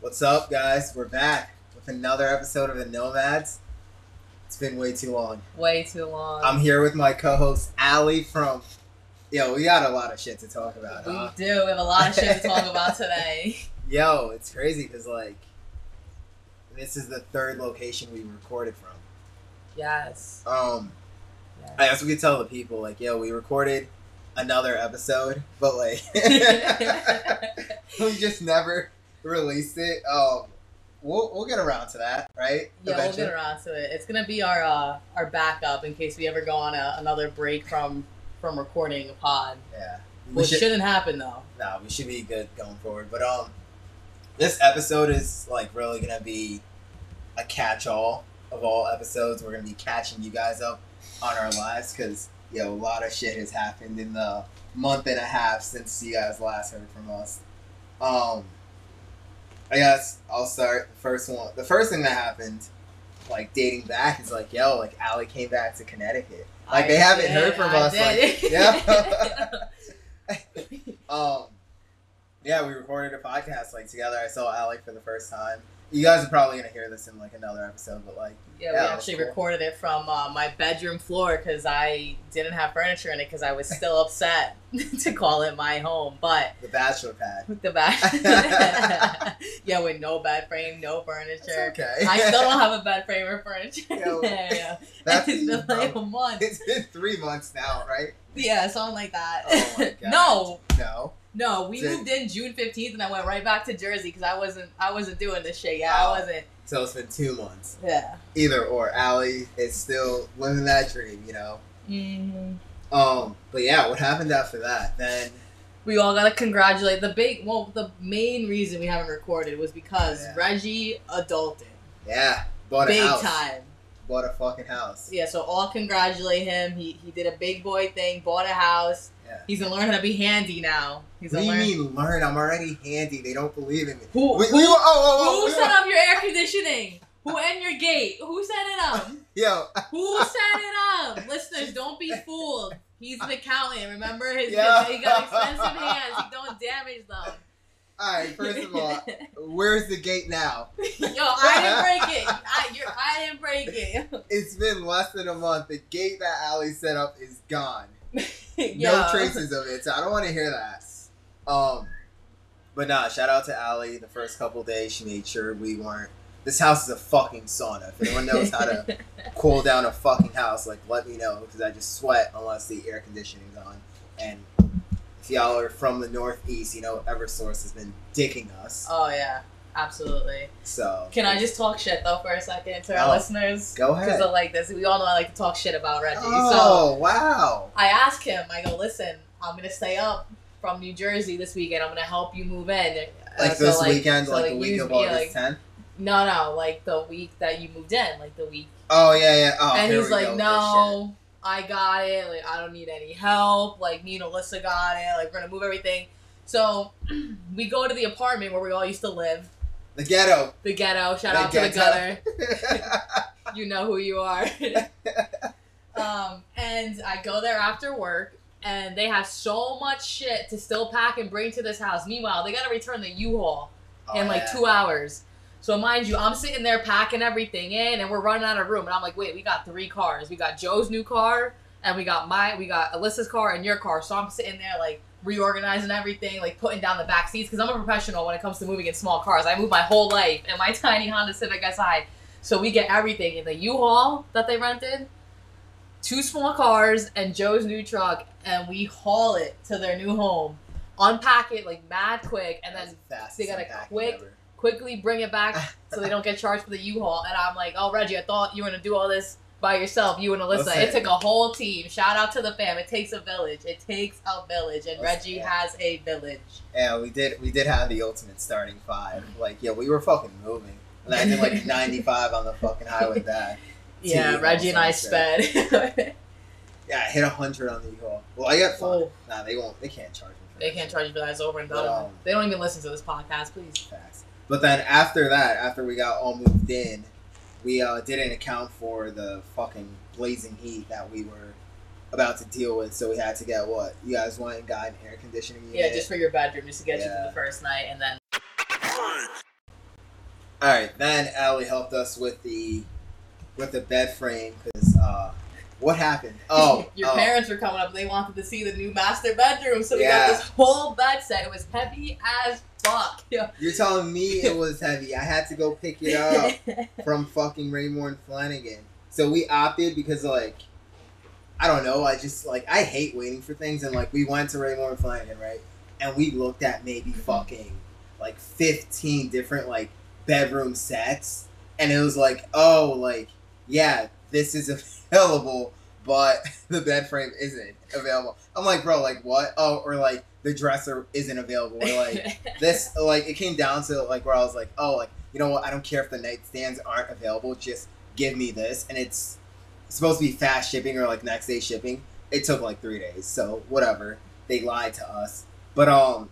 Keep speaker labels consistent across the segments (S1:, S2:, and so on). S1: What's up, guys? We're back with another episode of the Nomads. It's been way too long.
S2: Way too long.
S1: I'm here with my co-host Allie from. Yo, we got a lot of shit to talk about.
S2: we
S1: Huh?
S2: do. We have a lot of shit to talk about today.
S1: Yo, it's crazy because like, this is the third location we recorded from.
S2: Yes.
S1: Um,
S2: yes.
S1: I guess we could tell the people like, yo, we recorded another episode, but like, we just never released it. Um, we'll we'll get around to that, right?
S2: yeah, we'll
S1: Eventually.
S2: get around to it. It's gonna be our uh, our backup in case we ever go on a, another break from from recording a pod.
S1: Yeah. We
S2: Which
S1: should-
S2: shouldn't happen though.
S1: nah, we should be good going forward. But um, this episode is like really gonna be a catch-all of all episodes. We're gonna be catching you guys up on our lives because you know a lot of shit has happened in the month and a half since you guys last heard from us. Um, I guess I'll start the first one. The first thing that happened, like dating back, is like yo, like Allie came back to Connecticut. Like, they haven't heard from us, like, yeah. Um, yeah, we recorded a podcast like together. I saw Allie for the first time. You guys are probably gonna hear this in like another episode, but like, Yeah,
S2: Yeah, we
S1: that's
S2: actually
S1: cool.
S2: recorded it from uh, my bedroom floor because I didn't have furniture in it because I was still upset to call it my home. But
S1: the bachelor pad.
S2: with the back, yeah, with no bed frame, no
S1: It's
S2: furniture.
S1: okay.
S2: I still don't have a bed frame or furniture.
S1: Yo,
S2: yeah,
S1: That's
S2: it's been like a
S1: um,
S2: month.
S1: it's been three months now, right?
S2: Yeah, something like that.
S1: Oh my God.
S2: no,
S1: No.
S2: no, we
S1: Did-
S2: moved in June fifteenth, and I went right back to Jersey because I wasn't, I wasn't doing this shit. Yeah,
S1: Oh.
S2: I wasn't.
S1: So it's been two months.
S2: Yeah.
S1: Either or, Allie is still living that dream, you know.
S2: Mm-hmm.
S1: Um, but yeah, what happened after that? Then
S2: we all gotta congratulate the big well the main reason we haven't recorded was because
S1: Yeah.
S2: reggie adulted
S1: yeah, bought
S2: big
S1: a house.
S2: time
S1: Bought a fucking house.
S2: yeah so all congratulate him he he did a big boy thing bought a house
S1: Yeah.
S2: he's gonna learn how to be handy now he's
S1: what
S2: gonna
S1: do you
S2: learn
S1: mean learn? I'm already handy. They don't believe in me.
S2: who
S1: We, we
S2: who,
S1: were, oh, oh, oh,
S2: who
S1: we were-
S2: set up your air conditioning who and your gate who set it up
S1: yo,
S2: who set it up listeners don't be fooled he's an accountant remember his,
S1: Yeah.
S2: his he got expensive hands he don't damage them
S1: All right, first of all, where's the gate now?
S2: Yo, I didn't break it. I, you're, I didn't break it.
S1: It's been less than a month. The gate that Ali set up is gone.
S2: Yo.
S1: No traces of it. So I don't want to hear that. Um, but nah, shout out to Ali. The first couple days, she made sure we weren't. This house is a fucking sauna. If anyone knows how to cool down a fucking house, like let me know because I just sweat unless the air conditioning's on. And if y'all are from the Northeast, you know EverSource has been dicking us.
S2: Oh yeah, absolutely.
S1: So
S2: Can I just talk shit though for a second to our
S1: Oh.
S2: listeners?
S1: go ahead?
S2: Because I like this. We all know I like to talk shit about Reggie. So
S1: Oh wow!
S2: I ask him. I go, listen, I'm gonna stay up from New Jersey this weekend. I'm gonna help you move in. Uh,
S1: Like
S2: so,
S1: this weekend,
S2: so,
S1: like the week
S2: you-
S1: of
S2: yeah,
S1: August
S2: like-
S1: 10th.
S2: No, no, like the week that you moved in, like the week.
S1: Oh yeah, yeah. Oh,
S2: and
S1: here
S2: he's
S1: we go
S2: like,
S1: with this
S2: no, I got it. Like, I don't need any help. Like, me and Alyssa got it. Like, we're going to move everything. So, we go to the apartment where we all used to live,
S1: shit. the ghetto.
S2: the ghetto. Shout
S1: The
S2: out to the
S1: ghetto.
S2: gutter. You know who you are. um, and I go there after work, and they have so much shit to still pack and bring to this house. Meanwhile, they got to return the U Haul
S1: Oh,
S2: in like
S1: yeah.
S2: two hours. So mind you, I'm sitting there packing everything in, and we're running out of room. And I'm like, wait, we got three cars. We got Joe's new car, and we got my, we got Alyssa's car, and your car. So I'm sitting there like reorganizing everything, like putting down the back seats, because I'm a professional when it comes to moving in small cars. I moved my whole life in my tiny Honda Civic SI. So we get everything in the U-Haul that they rented, two small cars, and Joe's new truck, and we haul it to their new home, unpack it like mad quick, and then
S1: Fastest
S2: they got a
S1: unpacking
S2: quick-
S1: ever.
S2: quickly bring it back so they don't get charged for the U-Haul. And I'm like, oh Reggie, I thought you were gonna do all this by yourself, you and Alyssa.
S1: Listen.
S2: It took a whole team. Shout out to the fam. It takes a village. It takes a village, and
S1: Listen,
S2: Reggie
S1: yeah.
S2: has a village.
S1: Yeah, we did. We did have the ultimate starting five. Like, yeah, we were fucking moving. And I did like 95 on the fucking highway back.
S2: Yeah,
S1: Team
S2: Reggie and I
S1: also,
S2: sped.
S1: Yeah, I hit 100 on the U-Haul. Well, I got fun.
S2: Oh.
S1: Nah, they won't. They can't charge me. For
S2: they
S1: that
S2: can't
S1: shit.
S2: charge you for that. It's over and done.
S1: Wow.
S2: They don't even listen to this podcast, please.
S1: Facts. But then after that, after we got all moved in, we uh, didn't account for the fucking blazing heat that we were about to deal with. So we had to get what you guys went and got an air conditioning
S2: Yeah,
S1: unit.
S2: just for your bedroom, just to get you
S1: Yeah.
S2: through the first night, and then
S1: All right, then Allie helped us with the with the bed frame because uh, what happened? Oh,
S2: Your
S1: oh,
S2: parents were coming up. They wanted to see the new master bedroom, so we
S1: Yeah.
S2: got this whole bed set. It was heavy as fuck. Yeah.
S1: You're telling me it was heavy. I had to go pick it up from fucking Raymore and Flanagan. So we opted because like I don't know, I just like I hate waiting for things and like we went to Raymore and Flanagan, right? And we looked at maybe fucking like fifteen different like bedroom sets and it was like, oh like yeah, this is available but the bed frame isn't available. I'm like, bro, like what? Oh, or like the dresser isn't available. Or like this like it came down to like where I was like, oh, like you know what? I don't care if the nightstands aren't available. Just give me this, and it's supposed to be fast shipping or like next day shipping. It took like three days, so whatever. They lied to us, but um,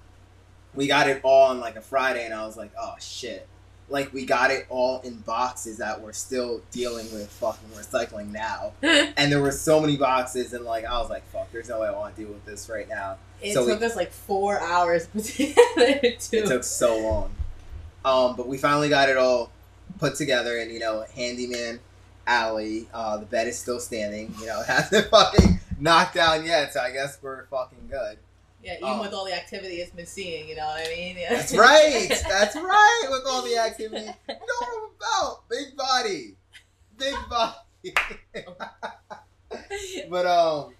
S1: we got it all on like a Friday, and I was like, oh shit. Like we got it all in boxes that we're still dealing with fucking recycling now, and there were so many boxes, and like I was like, "Fuck, there's no way I want to deal with this right now."
S2: It
S1: So we-
S2: took us like four hours to put together too.
S1: It took so long. Um, but we finally got it all put together, and you know, handyman alley. Uh, the bed is still standing. You know, it hasn't fucking knocked down yet, so I guess we're fucking good.
S2: yeah, even
S1: um,
S2: with all the activity it's been seeing, you know what I mean? Yeah.
S1: That's right. That's right. With all the activity, you know what I'm about. Big body, big body. but um,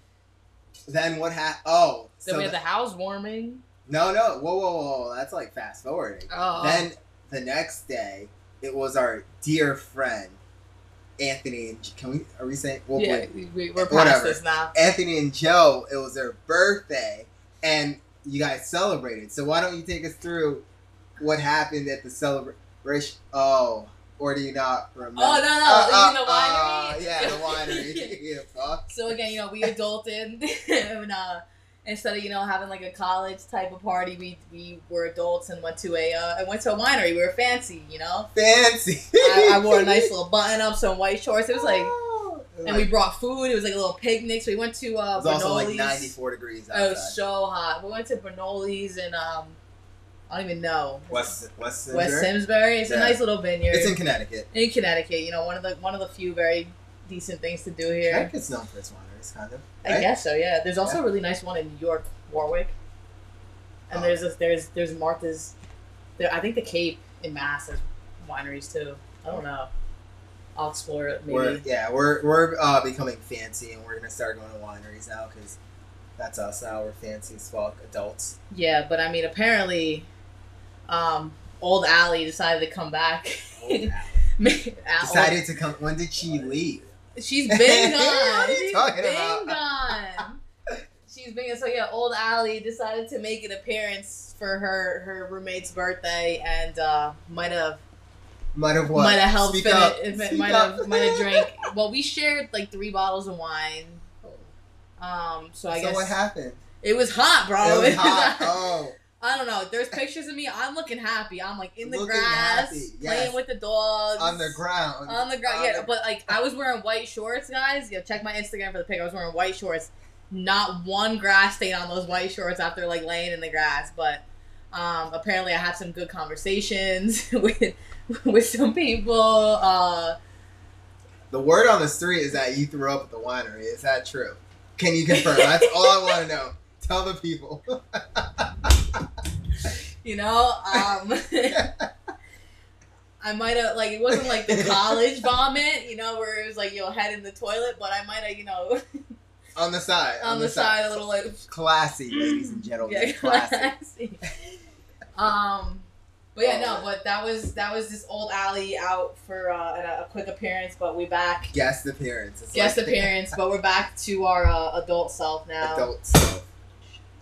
S1: then what happened? Oh,
S2: Then
S1: so
S2: we had
S1: the-
S2: the housewarming.
S1: no, no. Whoa, whoa, whoa. That's like fast forwarding.
S2: Oh,
S1: Then the next day, it was our dear friend Anthony. And can we? Are we saying? Well,
S2: yeah,
S1: wait.
S2: we, we, we're past
S1: Whatever.
S2: this now.
S1: Anthony and Joe. It was their birthday, and you guys celebrated. So why don't you take us through what happened at the celebration? Oh, or do you not remember?
S2: Oh no, no,
S1: Uh, uh,
S2: you know
S1: uh,
S2: winery.
S1: yeah, the winery. yeah, fuck.
S2: So again, you know, we adulted, and uh, instead of you know having like a college type of party, we we were adults and went to a uh, and went to a winery. We were fancy, you know.
S1: Fancy.
S2: I, I wore a nice little button up, some white shorts. It was like,
S1: Oh.
S2: and we brought food. It was like a little picnic. So we went to uh,
S1: It was also like
S2: Bernoulli's.
S1: 94 degrees
S2: Oh,
S1: outside.
S2: it was so hot. We went to Bernoulli's and um, I don't even know
S1: West, West,
S2: West
S1: Simsbury?
S2: Simsbury. It's a
S1: Yeah.
S2: nice little vineyard
S1: It's in Connecticut.
S2: in Connecticut. You know, one of the one of the few very decent things to do here.
S1: Connecticut's known for its wineries, kind of.
S2: I
S1: right?
S2: guess so. Yeah. There's also
S1: Yeah.
S2: a really nice one in New York, Warwick. And
S1: Oh.
S2: there's this, there's there's Martha's. There, I think the Cape in Mass has wineries too. I don't know. I'll explore it maybe.
S1: We're, yeah, we're, we're uh, becoming fancy and we're going to start going to wineries now because that's us now. We're fancy as fuck adults.
S2: Yeah, but I mean, apparently, um, old Allie decided to come back. Al-
S1: Decided to come. When did she leave?
S2: She's been gone.
S1: What are you
S2: She's
S1: talking
S2: been
S1: about?
S2: gone. She's been so yeah. Old Allie decided to make an appearance for her her roommate's birthday and uh, might have
S1: Might have what?
S2: might have helped
S1: Speak
S2: finish.
S1: up.
S2: if it
S1: Speak
S2: Might
S1: up.
S2: have might have drank. Well, we shared like three bottles of wine. Um, so I
S1: so
S2: guess
S1: what happened?
S2: it was hot, bro.
S1: it was hot. Oh,
S2: I don't know. There's pictures of me. I'm looking happy. I'm like in the
S1: Looking
S2: grass,
S1: happy, yes.
S2: playing with the dogs
S1: on the ground.
S2: on the ground.
S1: On
S2: Yeah,
S1: the-
S2: but like I was wearing white shorts, guys. Yeah, check my Instagram for the pic. I was wearing white shorts. Not one grass stain on those white shorts after like laying in the grass. But um, apparently, I had some good conversations with with some people. Uh,
S1: The word on the street is that you threw up at the winery. Is that true? Can you confirm? That's all I want to know. Tell the people.
S2: you know, um, I might have like it wasn't like the college vomit, you know, where it was like you know head in the toilet, but I might have you know
S1: on the side.
S2: on the side a little like
S1: Classy, ladies and gentlemen.
S2: Yeah,
S1: Classy.
S2: classy. um, but yeah,
S1: Oh.
S2: no, but that was that was this old alley out for uh, a, a quick appearance, but we back
S1: guest appearance. It's
S2: guest
S1: like
S2: appearance, but we're back to our uh, adult self
S1: the
S2: now.
S1: Adult self.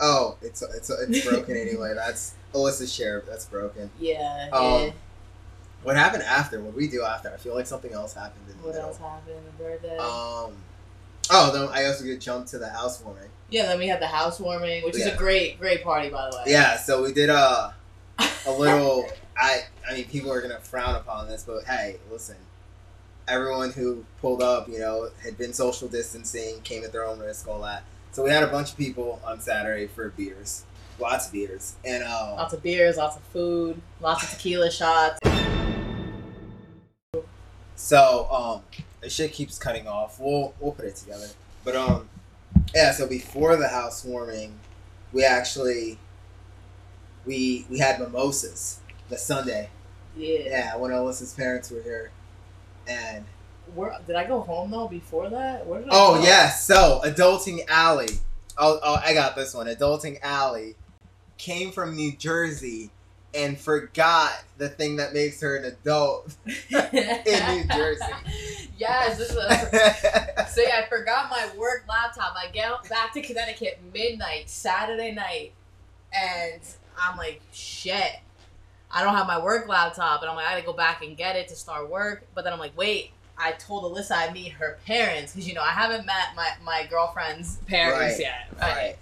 S1: Oh, it's it's it's broken anyway. That's Alyssa Sheriff. That's broken.
S2: Yeah.
S1: Um,
S2: yeah.
S1: What happened after? What did we do after? I feel like something else happened in the
S2: What
S1: middle.
S2: else happened? The birthday.
S1: Um. Oh, then I also could jump to the housewarming.
S2: yeah. Then we had the housewarming, which is
S1: Yeah.
S2: a great, great party, by the way.
S1: Yeah, so we did uh, a little. I I mean, people are gonna frown upon this, but hey, listen. Everyone who pulled up, you know, had been social distancing, came at their own risk, all that. So we had a bunch of people on Saturday for beers, lots of beers, and uh,
S2: Oh. Lots of beers, lots of food, lots of tequila shots.
S1: So um, the shit keeps cutting off. We'll we'll put it together. But um, yeah. So before the housewarming, we actually we we had mimosas the Sunday.
S2: Yeah.
S1: Yeah, when Alyssa's parents were here, and
S2: Where did I go home though? Before that, where did I
S1: oh
S2: go?
S1: yeah, so Adulting Alley. Oh, oh, I got this one. Adulting Alley came from New Jersey and forgot the thing that makes her an adult.
S2: in
S1: New Jersey.
S2: yes, this is a, See, I forgot my work laptop. I get back to Connecticut midnight, Saturday night, and I'm like, shit. I don't have my work laptop, and I'm like, I gotta go back and get it to start work. But then I'm like, wait, I told Alyssa I meet her parents because you know I haven't met my, my girlfriend's parents
S1: Right,
S2: yet, right?
S1: Alright,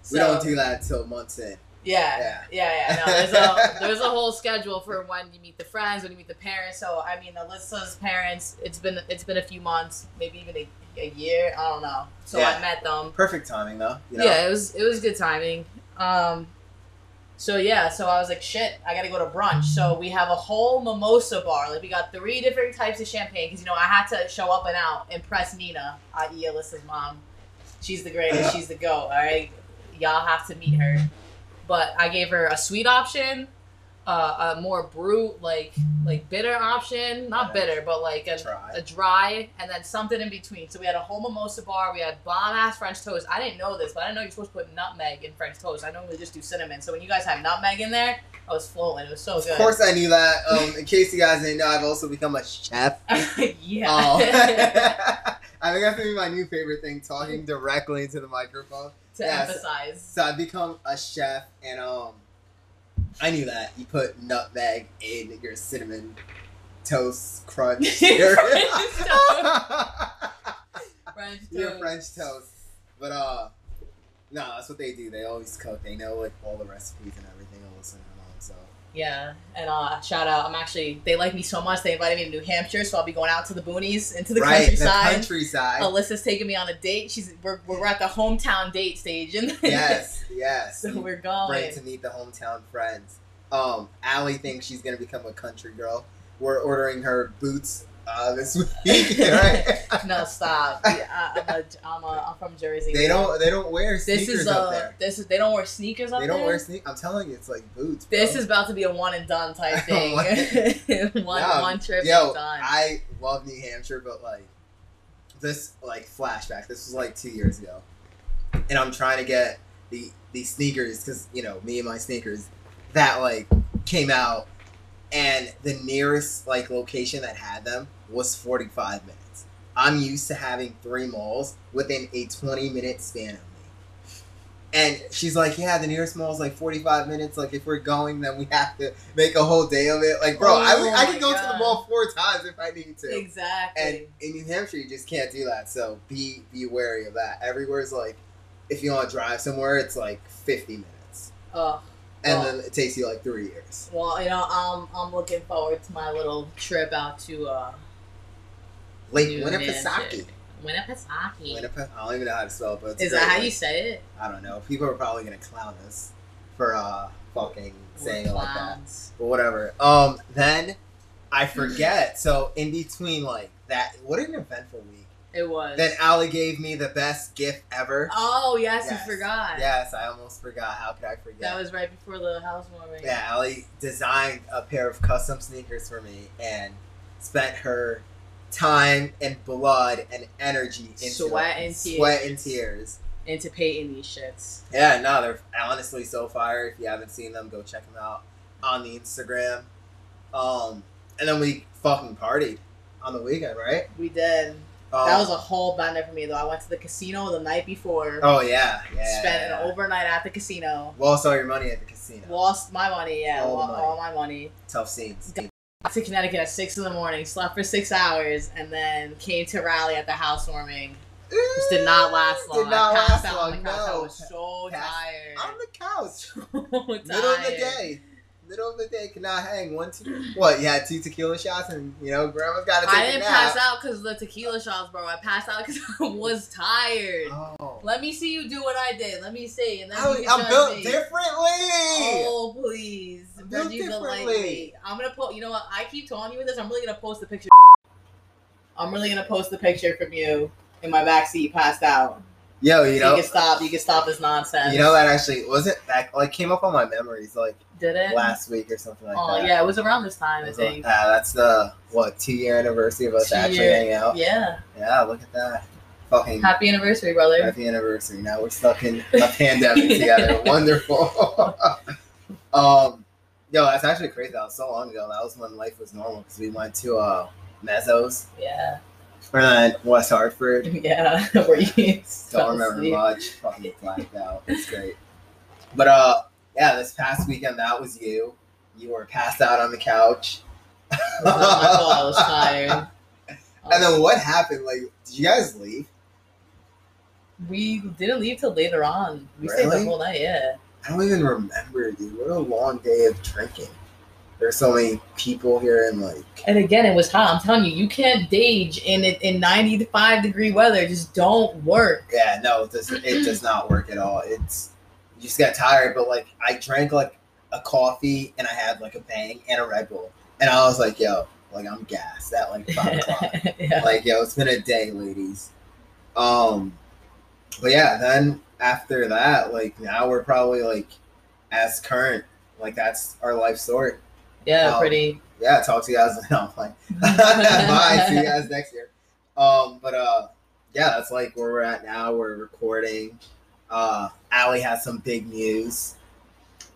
S2: So,
S1: we don't do that until months in.
S2: yeah,
S1: Yeah.
S2: yeah, yeah. No, there's a there's a whole schedule for when you meet the friends, when you meet the parents. So I mean, Alyssa's parents. It's been it's been a few months, maybe even a, a year. I don't know. So
S1: Yeah.
S2: I met them.
S1: Perfect timing though. You know?
S2: Yeah, it was it was good timing. Um, so yeah, so I was like, shit, I gotta go to brunch. So we have a whole mimosa bar. Like we got three different types of champagne because you know I had to show up and out impress Nina, i.e. Alyssa's mom. She's the greatest. She's the goat. All right, y'all have to meet her. But I gave her a sweet option, uh, a more brute like like bitter option, not bitter, but like a,
S1: Try.
S2: a dry, and then something in between. So we had a whole mimosa bar. We had bomb ass French toast. I didn't know this, but I didn't know you're supposed to put nutmeg in French toast. I normally just do cinnamon. So when you guys have nutmeg in there, I was flowing. It was so
S1: Of
S2: good.
S1: course, I knew that. Um, in case you guys didn't know, I've also become a chef.
S2: yeah.
S1: Oh. I think that's gonna be my new favorite thing: talking directly into the microphone.
S2: to
S1: Yes.
S2: emphasize.
S1: So I've become a chef, and um, I knew that you put nutmeg in your cinnamon toast crunch. your,
S2: French French toast.
S1: your French toast, but uh, no, that's what they do. They always cook. They know like all the recipes and everything. All this and all, so
S2: Yeah. And uh, shout out. I'm actually, they like me so much. They invited me to New Hampshire. So I'll be going out to the boonies, into the
S1: right,
S2: countryside.
S1: the countryside.
S2: Alyssa's taking me on a date. She's we're, we're at the hometown date stage, and
S1: yes, yes.
S2: so
S1: You
S2: we're going.
S1: Right to meet the hometown friends. Um, Allie thinks she's gonna become a country girl. We're ordering her boots uh, this week. Right?
S2: No, stop. Yeah, I, I'm, a, I'm, a, I'm from Jersey.
S1: they don't. They don't wear
S2: This
S1: sneakers
S2: is
S1: up
S2: a.
S1: there.
S2: This is. They don't wear sneakers up
S1: They don't
S2: there?
S1: wear sneakers. I'm telling you, it's like boots. Bro.
S2: This is about to be a one and done type thing. one
S1: Yeah,
S2: one trip
S1: yo.
S2: and done.
S1: I love New Hampshire, but like this, like flashback. This was like two years ago, and I'm trying to get the the sneakers because you know me and my sneakers that like came out, and the nearest like location that had them was 45 minutes. I'm used to having three malls within a 20 minute span of me. And she's like, yeah, the nearest mall is like 45 minutes. Like, if we're going, then we have to make a whole day of it. Like, bro, I
S2: Oh
S1: would- I
S2: my
S1: could go to the
S2: God.
S1: mall four times if I need to.
S2: exactly.
S1: And in New Hampshire, you just can't do that. So be be wary of that. Everywhere's like, if you want to drive somewhere, it's like 50 minutes,
S2: oh,
S1: and
S2: Well-
S1: then it takes you like three years.
S2: well, you know, I'm I'm looking forward to my little trip out to uh,
S1: Lake
S2: New
S1: Winnipesaukee.
S2: Hampshire. Winnipesaukee.
S1: Winnipe- I don't even know how to spell it, but it's a
S2: is
S1: great
S2: that how
S1: one.
S2: you say it?
S1: I don't know. People are probably gonna clown us for uh fucking saying it like that.
S2: Clowns.
S1: But whatever. Um then I forget. so in between like that what an eventful week.
S2: It was.
S1: Then Allie gave me the best gift ever.
S2: oh yes,
S1: Yes.
S2: you forgot.
S1: Yes, I almost forgot. How could I forget?
S2: That was right before the housewarming.
S1: yeah, Allie designed a pair of custom sneakers for me and spent her time and blood and energy into
S2: Sweat
S1: it.
S2: and tears.
S1: sweat and tears.
S2: Into painting these shits.
S1: Yeah, no, they're honestly so fire. If you haven't seen them, go check them out on the Instagram. Um, and then we fucking partied on the weekend, right?
S2: We did.
S1: Um,
S2: that was a whole bender for me though. I went to the casino the night before.
S1: oh yeah, yeah.
S2: spent an overnight at the casino.
S1: Lost all your money at the casino.
S2: Lost my money, yeah,
S1: All the
S2: lost
S1: money.
S2: all my money.
S1: Tough scenes.
S2: Got to Connecticut at six in the morning, slept for six hours, and then came to rally at the housewarming. Which did not last long.
S1: Did not
S2: I passed
S1: last
S2: out
S1: long.
S2: on the couch. I
S1: no.
S2: was so
S1: Passed
S2: tired.
S1: on the couch,
S2: so tired.
S1: middle of the day. Middle of the day, could not hang one two. What you had two tequila shots, and you know grandma's got to take
S2: I
S1: a
S2: didn't
S1: nap.
S2: pass out because of the tequila shots, bro. I passed out because I was tired.
S1: Oh,
S2: Let me see you do what I did. Let me see, and then
S1: I,
S2: you can
S1: am
S2: judge
S1: built
S2: me.
S1: differently.
S2: Oh please,
S1: I'm
S2: would
S1: built
S2: you
S1: differently.
S2: like me? I'm gonna post. You know what? I keep telling you this. I'm really gonna post the picture. I'm really gonna post the picture from you in my backseat, passed out.
S1: Yo, you
S2: So
S1: know,
S2: you can stop. You can stop this nonsense.
S1: you know that actually wasn't that like came up on my memories like
S3: Did it?
S1: last week or something like
S2: oh
S1: that.
S2: yeah, it was around this time, I
S1: That's, what-
S2: think.
S1: ah, that's the what two year anniversary of us
S2: Two
S1: actually
S2: year.
S1: hanging out.
S2: Yeah.
S1: Yeah, look at that. Fucking
S3: Happy anniversary, brother.
S1: Happy anniversary. Now we're stuck in a pandemic together. Wonderful. um, yo, that's actually crazy. That was so long ago. That was when life was normal because we went to uh, Mezzo's
S2: Yeah.
S1: or then West Hartford.
S2: Yeah. Were you
S1: Don't
S2: so
S1: remember
S2: asleep?
S1: much. Fucking blacked out. It's great. But uh, yeah, this past weekend that was you. You were passed out on the couch.
S2: It was not my fault, I was tired. Um,
S1: And then what happened? Like, did you guys leave?
S2: we didn't leave till later on. We stayed
S1: Really?
S2: the whole night. Yeah.
S1: I don't even remember, dude. What a long day of drinking. There's so many people here and like.
S2: And again, it was hot. I'm telling you, you can't dage in it in 95 degree weather. Just don't work.
S1: Yeah, no, it does it does not work at all. It's you just got tired, but like I drank like a coffee and I had like a bang and a Red Bull, and I was like, yo, like I'm gassed at like five o'clock.
S2: yeah.
S1: Like yo, it's been a day, ladies. Um, but yeah, then after that, like now we're probably like as current, like that's our life story.
S2: Yeah.
S1: Um,
S2: pretty.
S1: Yeah, talk to you guys. No, I'm like, Bye. See you guys next year. Um, but uh, yeah, that's like where we're at now. We're recording. Uh, Allie has some big news.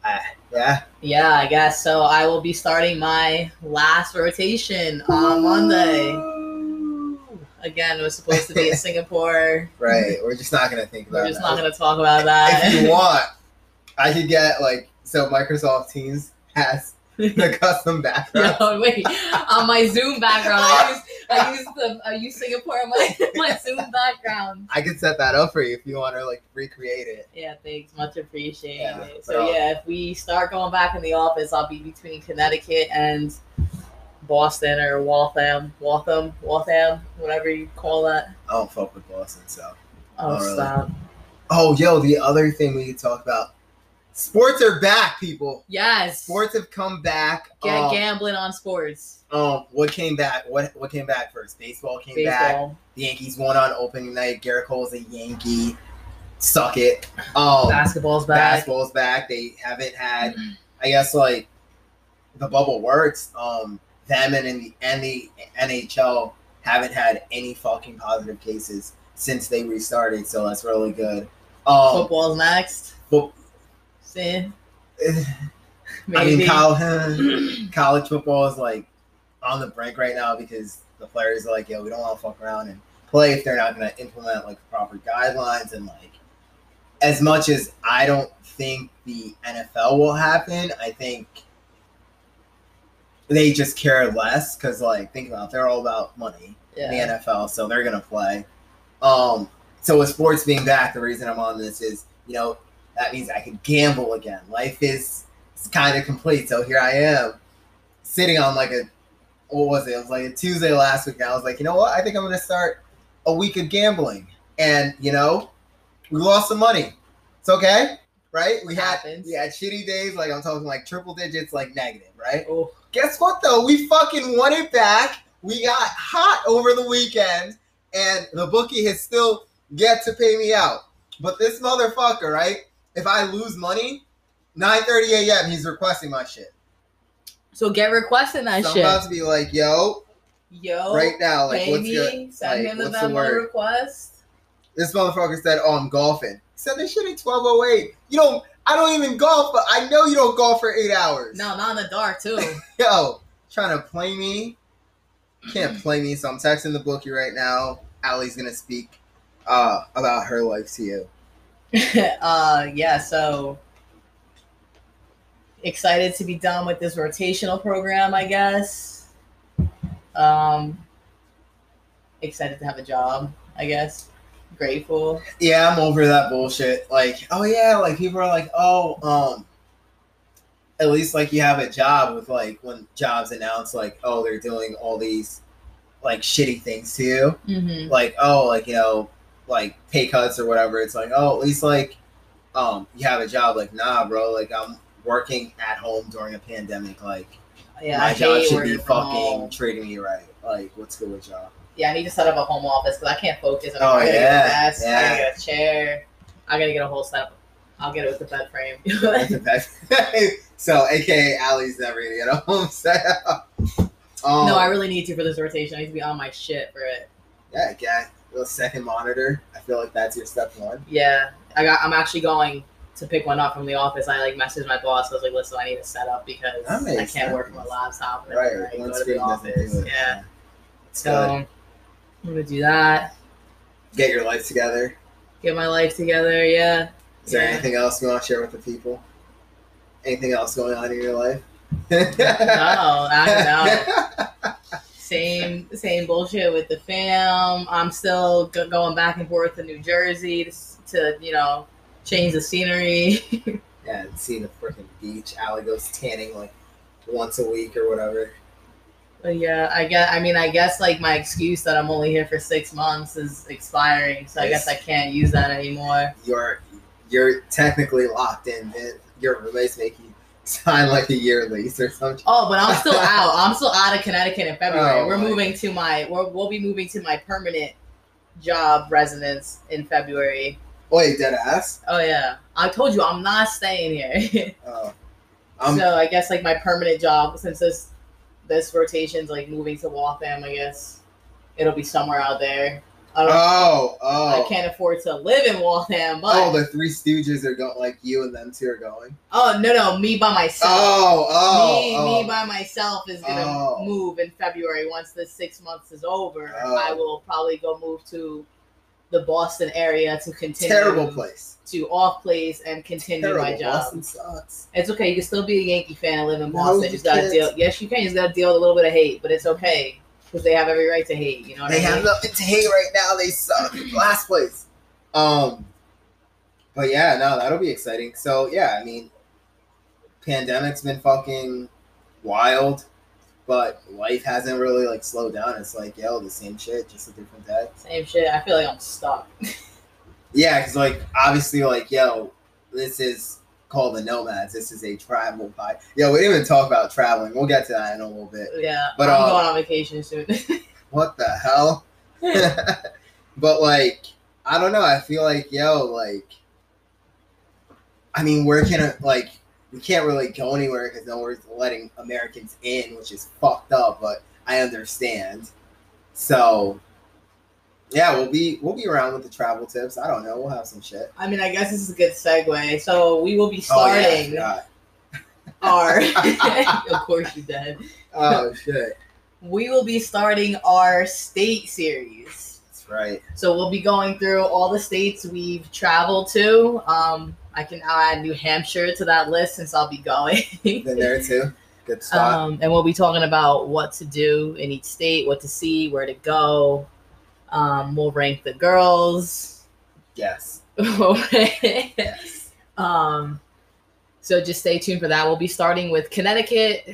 S1: Uh, yeah,
S2: Yeah, I guess so. I will be starting my last rotation on Monday. Again, it was supposed to be in Singapore.
S1: right. We're just not gonna think about.
S2: We're just
S1: that.
S2: not going to talk about that.
S1: If you want, I could get like so. Microsoft Teams has the custom background.
S3: No, wait. On my Zoom background, I use I use the I use Singapore on my my Zoom background.
S1: I could set that up for you if you want to like recreate it.
S2: yeah, thanks. Much appreciated.
S1: Yeah,
S2: so,
S1: but, uh,
S2: yeah, if we start going back in the office, I'll be between Connecticut and Boston or Waltham, Waltham, Waltham, whatever you call that.
S1: I don't fuck with Boston, so.
S2: Oh,
S1: Oh, really?
S2: stop.
S1: Oh, yo, the other thing we could talk about. Sports are back, people.
S3: Yes.
S1: Sports have come back.
S2: Get
S1: um,
S2: gambling on sports.
S1: um, what came back? What what came back first? Baseball came back.
S2: Baseball,
S1: The Yankees won on opening night. Garrett Cole's a Yankee. Suck it. Um,
S2: basketball's back.
S1: basketball's back. They haven't had, I guess, like the bubble works. Um, them and in the and the NHL haven't had any fucking positive cases since they restarted. So that's really good. Um,
S2: Football's next.
S1: Fo-
S2: See?
S1: I
S2: Maybe.
S1: mean, college, college football is like on the brink right now because the players are like, yo, we don't want to fuck around and play if they're not going to implement like proper guidelines and like. As much as I don't think the NFL will happen, I think they just care less because, like, think about it, they're all about money
S2: yeah.
S1: in the NFL, so they're gonna play. Um, so with sports being back, the reason I'm on this is, you know, that means I could gamble again. Life is kind of complete, so here I am, sitting on like a, what was it? It was like a Tuesday last week. And I was like, you know what? I think I'm gonna start a week of gambling, and you know, we lost some money. It's okay, right? We had
S2: Happens.
S1: we had shitty days, like I'm talking like triple digits, like negative, right?
S2: Oh,
S1: guess what though? We fucking won it back. We got hot over the weekend, and the bookie has still yet to pay me out. But this motherfucker, right? If I lose money, 9:30 a.m. he's requesting my shit.
S3: So get requesting that
S1: so I'm
S3: shit.
S1: about to be like, yo,
S2: yo,
S1: right now, like,
S2: Oh, baby,
S1: what's good?
S2: send
S1: Like,
S2: him the
S1: what's the
S2: Venmo
S1: word?
S2: request.
S1: This motherfucker said, oh, I'm golfing. He said this shit at 12:08. You don't. I don't even golf, but I know you don't golf for eight hours.
S2: No, not in the dark too.
S1: yo, trying to play me. Can't play me, so I'm texting the bookie right now. Allie's gonna speak uh, about her life to you.
S2: uh, yeah. So excited to be done with this rotational program, I guess. Um, excited to have a job, I guess. Grateful.
S1: Yeah, I'm over that bullshit. Like, oh yeah, like people are like, oh, um, at least like you have a job with like when jobs announce like, oh, they're doing all these like shitty things to you.
S2: Mm-hmm.
S1: like oh like you know like pay cuts or whatever it's like oh at least like um you have a job like nah bro like i'm working at home during a pandemic like
S2: Yeah, I
S1: my job
S2: hate
S1: should
S2: working
S1: be
S2: from
S1: fucking
S2: home.
S1: treating me right like what's good with y'all
S2: yeah, I need to set up a home office because I can't focus. I'm
S1: Oh,
S2: I gotta
S1: yeah,
S2: get a desk. I
S1: yeah.
S2: gotta get a chair. I gotta get a whole setup. I'll get it with the bed frame.
S1: That's the best. so, AKA Allie's never gonna get a home set up. Um,
S2: no, I really need to for this rotation. I need to be on my shit for it.
S1: yeah, yeah. Little second monitor. I feel like that's your step one.
S2: Yeah, I got. I'm actually going to pick one up from the office. I like messaged my boss. I was like, listen, I need a setup because
S1: That
S2: I
S1: makes
S2: can't work from a
S1: sense.
S2: laptop. and
S1: Right.
S2: I
S1: One
S2: go to
S1: screen
S2: the
S1: doesn't
S2: office.
S1: do it.
S2: Yeah.
S1: It's
S2: So
S1: good.
S2: I'm gonna do that.
S1: Get your life together.
S2: Get my life together. Yeah.
S1: Is there
S2: Yeah.
S1: anything else you want to share with the people? Anything else going on in your life?
S2: No, I know. Same, same bullshit with the fam. I'm still go- going back and forth to New Jersey to, s- to you know change the scenery.
S1: Yeah, and see the freaking beach. Allie goes tanning like once a week or whatever.
S2: But yeah, I guess. I mean, I guess like my excuse that I'm only here for six months is expiring, so I guess I can't use that anymore.
S1: You're you're technically locked in. man. Your roommates make you sign like a year lease or something.
S2: Oh, but I'm still out. I'm still out of Connecticut in February.
S1: Oh,
S2: we're
S1: my
S2: moving to my. We're, we'll be moving to my permanent job residence in February.
S1: Wait, dead ass.
S2: Oh yeah, I told you I'm not staying here.
S1: Oh, I'm
S2: so I guess like my permanent job, since this this rotation's like moving to Waltham, I guess it'll be somewhere out there. I don't.
S1: Oh, oh.
S2: I can't afford to live in Waltham, but
S1: Oh,
S2: oh,
S1: the Three Stooges are going. Like you and them two are going.
S2: no no me by myself.
S1: Oh, oh,
S2: me,
S1: oh.
S2: me by myself is gonna
S1: Oh.
S2: move in February once this six months is over.
S1: Oh.
S2: I will probably go move to the Boston area to continue
S1: oh. Terrible place.
S2: to off place and continue
S1: Terrible.
S2: my job.
S1: Boston sucks.
S2: It's okay. You can still be a Yankee fan and live in
S1: No,
S2: Boston.
S1: you
S2: you just gotta
S1: can't.
S2: deal. Yes, you can. You just gotta deal with a little bit of hate, but it's okay because they have every right to hate. You know what
S1: They
S2: I mean?
S1: have nothing to hate right now. They suck. Last place. Um, but yeah, no, that'll be exciting. So yeah, I mean, pandemic's been fucking wild, but life hasn't really like slowed down. It's like yo, the same shit, just a different day.
S2: Same shit. I feel like I'm stuck.
S1: Yeah, because like obviously, like yo, this is called the Nomads. This is a travel pod. Yo, we didn't even talk about traveling. We'll get to that in a little bit.
S2: Yeah,
S1: But,
S2: I'm
S1: uh,
S2: going on vacation soon.
S1: What the hell? but like, I don't know. I feel like yo, like, I mean, where can I- like we can't really go anywhere because no one's letting Americans in, which is fucked up. But I understand. So. Yeah, we'll be we'll be around with the travel tips. I don't know. We'll have some shit.
S2: I mean, I guess this is a good segue. So we will be
S1: Oh, yeah, I
S2: starting
S1: forgot.
S2: our. of course, you did.
S1: Oh shit!
S2: We will be starting our state series.
S1: That's right.
S2: So we'll be going through all the states we've traveled to. Um, I can add New Hampshire to that list since I'll be going.
S1: Been there too. Good spot.
S2: um, and we'll be talking about what to do in each state, what to see, where to go. Um, we'll rank the girls.
S1: yes. Yes.
S2: um, so just stay tuned for that. We'll be starting with Connecticut.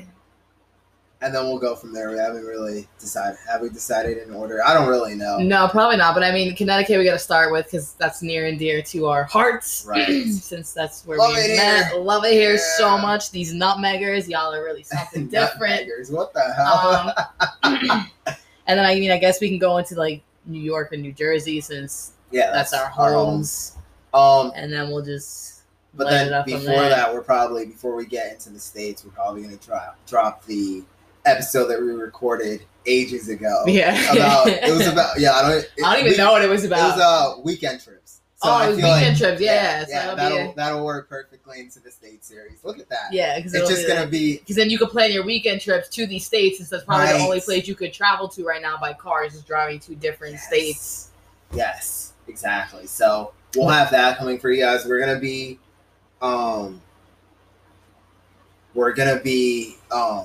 S1: And then we'll go from there. We haven't really decided. Have we decided in order? I don't really know.
S2: No, probably not. But I mean, Connecticut, we got to start with because that's near and dear to our hearts.
S1: Right.
S2: Since that's where
S1: Love
S2: we
S1: it
S2: met. Love it here so
S1: Yeah.
S2: much. These nutmeggers, y'all are really something different.
S1: Nutmeggers, What the hell?
S2: um, and then I mean, I guess we can go into like New York and New Jersey since
S1: yeah,
S2: that's our homes,
S1: Um,
S2: and then we'll just
S1: but
S2: light it
S1: then
S2: up from
S1: before
S2: there.
S1: that, we're probably before we get into the states, we're probably gonna drop drop the episode that we recorded ages ago.
S2: yeah.
S1: About it was about yeah. I don't. It,
S2: I don't even
S1: we-
S2: know what it was about.
S1: It was uh, weekend trips. So
S2: oh,
S1: I
S2: it was
S1: feel like-
S2: weekend trips. Yeah, so
S1: yeah,
S2: that'll
S1: that'll
S2: be a-
S1: that'll work perfectly into the state series. Look at that.
S2: yeah, because
S1: it's just gonna be
S4: Because then you could plan your weekend trips to these states, since that's probably
S1: Right.
S4: the only place you could travel to right now by car is just driving to different
S1: Yes.
S4: states.
S1: Yes, exactly. So we'll have that coming for you guys. We're gonna be, um, we're gonna be, um,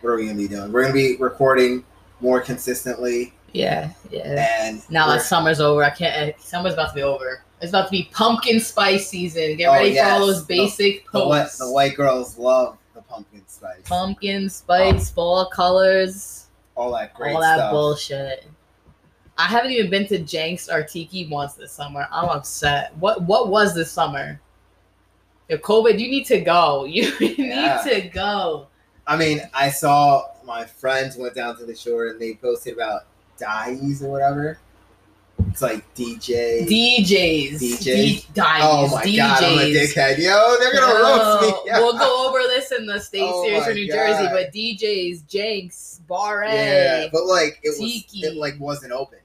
S1: what are we gonna be doing? We're gonna be recording more consistently,
S2: yeah, yeah.
S1: and
S2: Now
S1: we're-
S2: that summer's over, I can't. uh, Summer's about to be over. It's about to be pumpkin spice season. Get
S1: Oh,
S4: ready
S2: ready for all
S1: yes.
S2: those basic
S1: the white,
S2: posts.
S1: the white girls love the pumpkin spice,
S2: Pumpkin spice,
S4: Oh.
S2: fall colors,
S1: all that great
S2: all that
S1: stuff.
S2: bullshit. I haven't even been to Jenks or Tiki once this summer. I'm upset. What What was this summer? Yo, COVID, you need to go. You need
S1: Yeah.
S2: to go.
S1: I mean, I saw my friends went down to the shore and they posted about dies or whatever. It's like DJ.
S2: DJs.
S1: DJs?
S2: D- guys,
S1: oh my
S2: DJs.
S1: god, I'm a dickhead. Yo, they're gonna roast me.
S2: No, We'll go over this in the state
S1: Oh
S2: series for
S1: my
S2: New
S1: God.
S2: Jersey, but DJs, Jenks, Barre.
S1: yeah, but like it was,
S2: Tiki.
S1: it like wasn't open.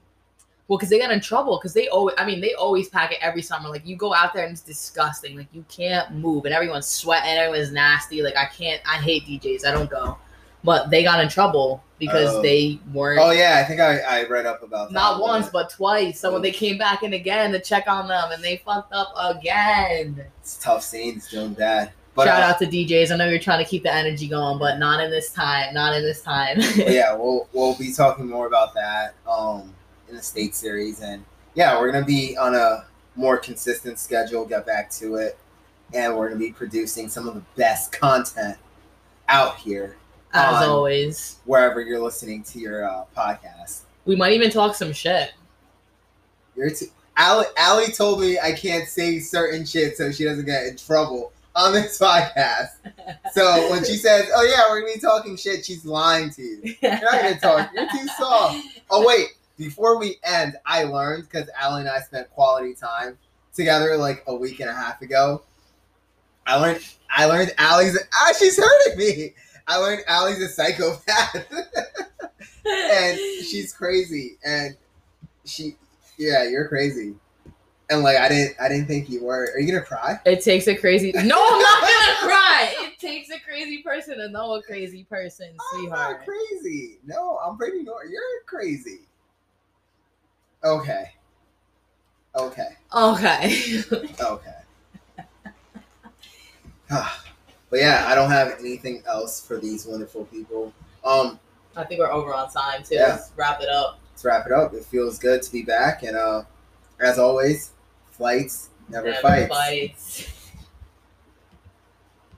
S2: Well, because they got in trouble because they always, I mean, they always pack it every summer. Like, you go out there and it's disgusting. Like, you can't move and everyone's sweating, everyone's nasty. Like, I can't, I hate DJs. I don't go. But they got in trouble because
S1: Oh.
S2: they weren't,
S1: Oh yeah, I think I, I read up about that.
S2: not once,
S1: but
S2: but twice. So when they came back in again to check on them and they fucked up again.
S1: it's a tough scene. It's doing bad. But
S2: Shout
S1: uh,
S2: out to DJs. I know you're trying to keep the energy going, but not in this time. Not in this time.
S1: But yeah, we'll we'll be talking more about that um, in the state series, and yeah, we're gonna be on a more consistent schedule. Get back to it, and we're gonna be producing some of the best content out here
S2: As
S1: Um,
S2: always,
S1: wherever you're listening to your uh, podcast.
S2: we might even talk some shit.
S1: You're too- Allie, Allie told me I can't say certain shit so she doesn't get in trouble on this podcast. So when she says, "Oh yeah, we're gonna be talking shit," she's lying to you. You're not gonna talk. You're too soft. Oh wait, before we end, I learned because Allie and I spent quality time together like a week and a half ago. I learned I learned Allie's ah she's hurting me. I learned Allie's a psychopath and she's crazy and she yeah, you're crazy. And like I didn't I didn't think you were. Are you gonna cry?
S2: It takes a crazy. No, I'm not gonna cry. It takes a crazy person to know a crazy person,
S1: I'm not
S2: sweetheart.
S1: crazy. No, I'm pretty normal. You're crazy. Okay. Okay.
S2: Okay.
S1: Okay. Ah. but yeah, I don't have anything else for these wonderful people. Um,
S2: I think we're over on time too.
S1: Yeah.
S2: Let's wrap it up.
S1: let's wrap it up. It feels good to be back, and uh, as always, flights never,
S2: Never
S1: fights.
S2: fights.